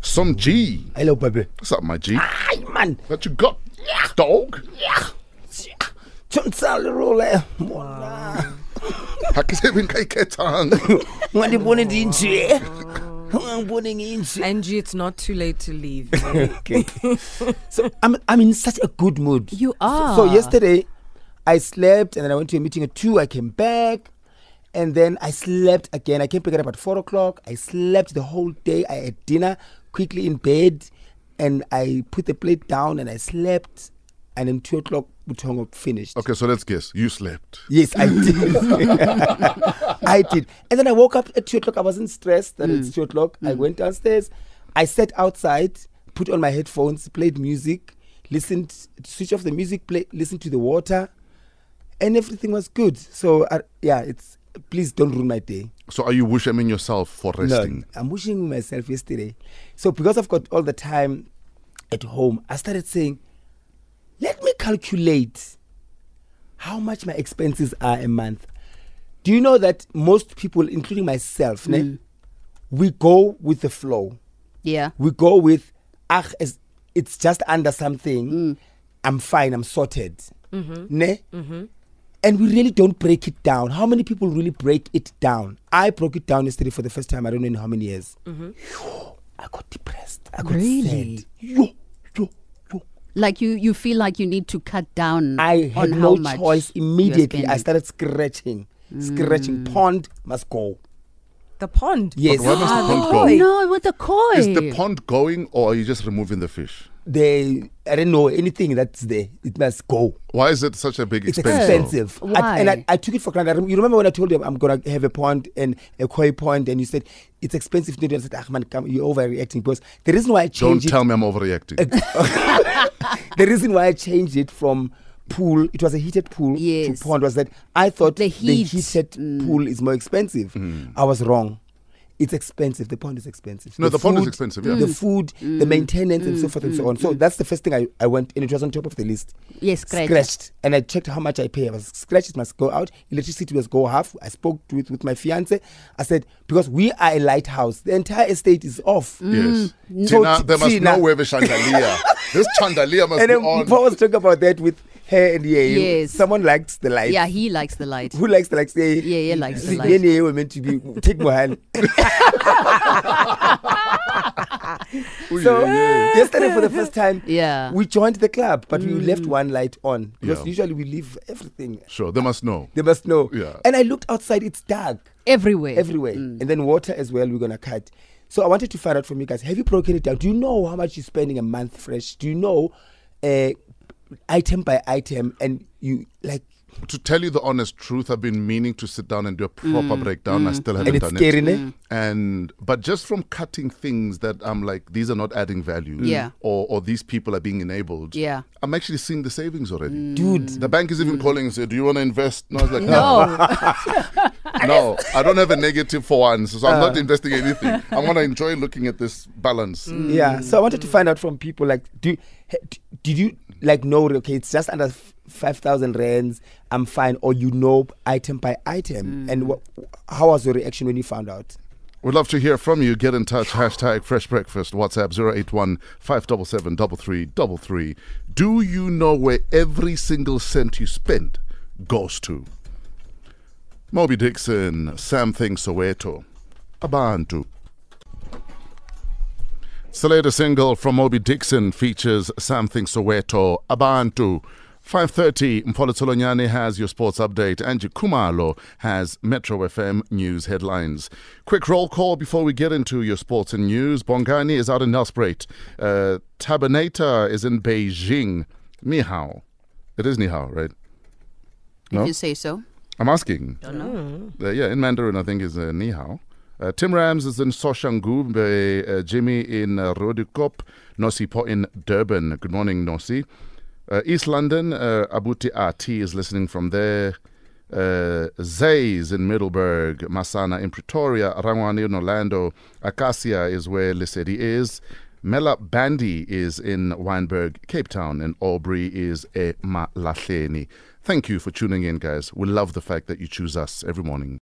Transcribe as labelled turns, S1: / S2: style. S1: Some G.
S2: Hello, baby.
S1: What's up, my G?
S2: Hey, man.
S1: What you got, dog?
S2: Chumsalirule. Mwala.
S1: eh, Hakisebinkaiketang.
S2: Ngandibone ndinje. Ngangibone nginje.
S3: Angie, it's not too late to leave.
S2: Okay. So I'm I'm in such a good mood.
S3: You are.
S2: So, so yesterday, I slept and then I went to a meeting at two. I came back, and then I slept again. I came back at about four o'clock. I slept the whole day. I had dinner quickly in bed, and I put the plate down and I slept. And then two o'clock, Butongo finished.
S1: Okay, so let's guess. You slept.
S2: Yes, I did. I did. And then I woke up at two o'clock. I wasn't stressed that it's two o'clock. I went downstairs. I sat outside, put on my headphones, played music, listened, switch off the music, play, listened to the water, and everything was good. So I, yeah, it's please don't ruin my day.
S1: So are you wishaming yourself for resting?
S2: No, I'm wishing myself yesterday. So because I've got all the time at home, I started saying, let me calculate how much my expenses are a month. Do you know that most people, including myself, ne, we go with the flow.
S4: Yeah.
S2: We go with, ah, it's- it's just under something.
S4: Mm.
S2: I'm fine. I'm sorted.
S4: Mm-hmm.
S2: Ne? And we really don't break it down. How many people really break it down? I broke it down yesterday for the first time. I don't know in how many years. I got depressed. I got
S4: Mm-hmm. Really?
S2: sad. Yo, yo, yo.
S4: Like you, you feel like you need to cut down.
S2: I had
S4: on how
S2: no
S4: much
S2: choice
S4: you're
S2: immediately. I
S4: spending. Mm.
S2: started scratching, scratching. Pond must go.
S3: the pond.
S2: Yes,
S1: Why must the pond go?
S4: No, with the koi.
S1: Is the pond going or are you just removing the fish?
S2: they. I don't know anything that's there. It must go.
S1: Why is it such a big
S2: It's
S1: expense? though?
S2: expensive. I- and I,
S4: Why?
S2: I took it for granted. I rem- you remember when I told you I'm gonna have a pond and a koi pond, and you said it's expensive. No, I said, ah, man, come, you're overreacting because the reason why I
S1: Don't
S2: changed it,
S1: tell me I'm overreacting.
S2: the reason why I changed it from pool, it was a heated pool
S4: Yes.
S2: to pond, was that I thought
S4: The
S2: the,
S4: heat. Mm.
S2: heated pool is more expensive. I was wrong. It's expensive. The pond is expensive.
S1: Mm. No, the pond is expensive, yeah.
S2: The
S4: Mm.
S2: food, the maintenance, and so forth and so on. So that's the first thing I, I went, and it was on top of the list.
S4: Yes, scratch.
S2: Scratched. And I checked how much I pay. I was scratched, it must go out. Electricity must go half. I spoke with, with my fiance. I said, because we are a lighthouse, the entire estate is off.
S1: Yes.
S4: Mm.
S2: So
S1: Tina,
S2: t-
S1: they must
S2: Mm. Tina-
S1: know where the chandelier. this chandelier must
S2: and
S1: be
S2: then
S1: on.
S2: Paul was talking about that with her and Yale.
S4: Yes.
S2: Someone likes the light.
S4: Yeah, he likes the light.
S2: Who likes the light? Say,
S4: Yeah, yeah, likes the
S2: See,
S4: light.
S2: Me and Yale were meant to be take my hand.
S1: Ooh,
S2: So
S1: yeah, yeah.
S2: yesterday for the first time,
S4: Yeah. Mm.
S2: we joined the club, but we left one light on because
S1: Yeah.
S2: usually we leave everything.
S1: Sure, they must know.
S2: They must know.
S1: Yeah.
S2: And I looked outside; it's dark
S4: Everywhere.
S2: everywhere, and then water as well. We're gonna cut. So I wanted to find out from you guys: Have you broken it down? Do you know how much you're spending a month fresh? Do you know, uh, item by item, and you like
S1: To tell you the honest truth, I've been meaning to sit down and do a proper breakdown. I still haven't
S2: Mm. and it's
S1: done
S2: scary,
S1: it.
S2: ne?
S1: And but just from cutting things that I'm like, these are not adding value.
S4: Yeah.
S1: Or or these people are being enabled.
S4: Yeah.
S1: I'm actually seeing the savings already.
S2: dude.
S1: The bank is
S2: Mm.
S1: even calling and say, Do you want to invest? No, I was like, no.
S4: No.
S1: no, I don't have a negative for once, so I'm
S2: Uh.
S1: not investing anything. I want to enjoy looking at this balance.
S2: Yeah. So I wanted to find out from people like, do he- d- did you like know? Okay, it's just under f- five thousand rands. I'm fine, or you know item by item. And what? How was your reaction when you found out?
S1: We'd love to hear from you. Get in touch. Hashtag Fresh Breakfast. WhatsApp 081 577 3333. Do you know where every single cent you spend goes to? Moby Dixon, Something Soweto, Abantu. It's the latest single from Moby Dixon features Something Soweto, Abantu. 5.30, Mpolo Tolonyane has your sports update. Angie Kumalo has Metro FM news headlines. Quick roll call before we get into your sports and news. Bongani is out in Nelspruit. Uh, Tabaneta is in Beijing. Nihao. It is Nihao, right? No?
S4: If you say so.
S1: I'm asking. Uh, yeah, in Mandarin, I think is uh, Ni Hao. Uh, Tim Rams is in Soshangu, uh, Jimmy in uh, Rodukop, Nosi Po in Durban. Good morning, Nosi. Uh, East London, uh, Abuti RT is listening from there. Uh, Zays in Middleburg, Masana in Pretoria, Rangwane in Orlando, Acacia is where Lissedi is. Mela Bandy is in Weinberg, Cape Town, and Aubrey is Emalahleni. Thank you for tuning in, guys. We love the fact that you choose us every morning.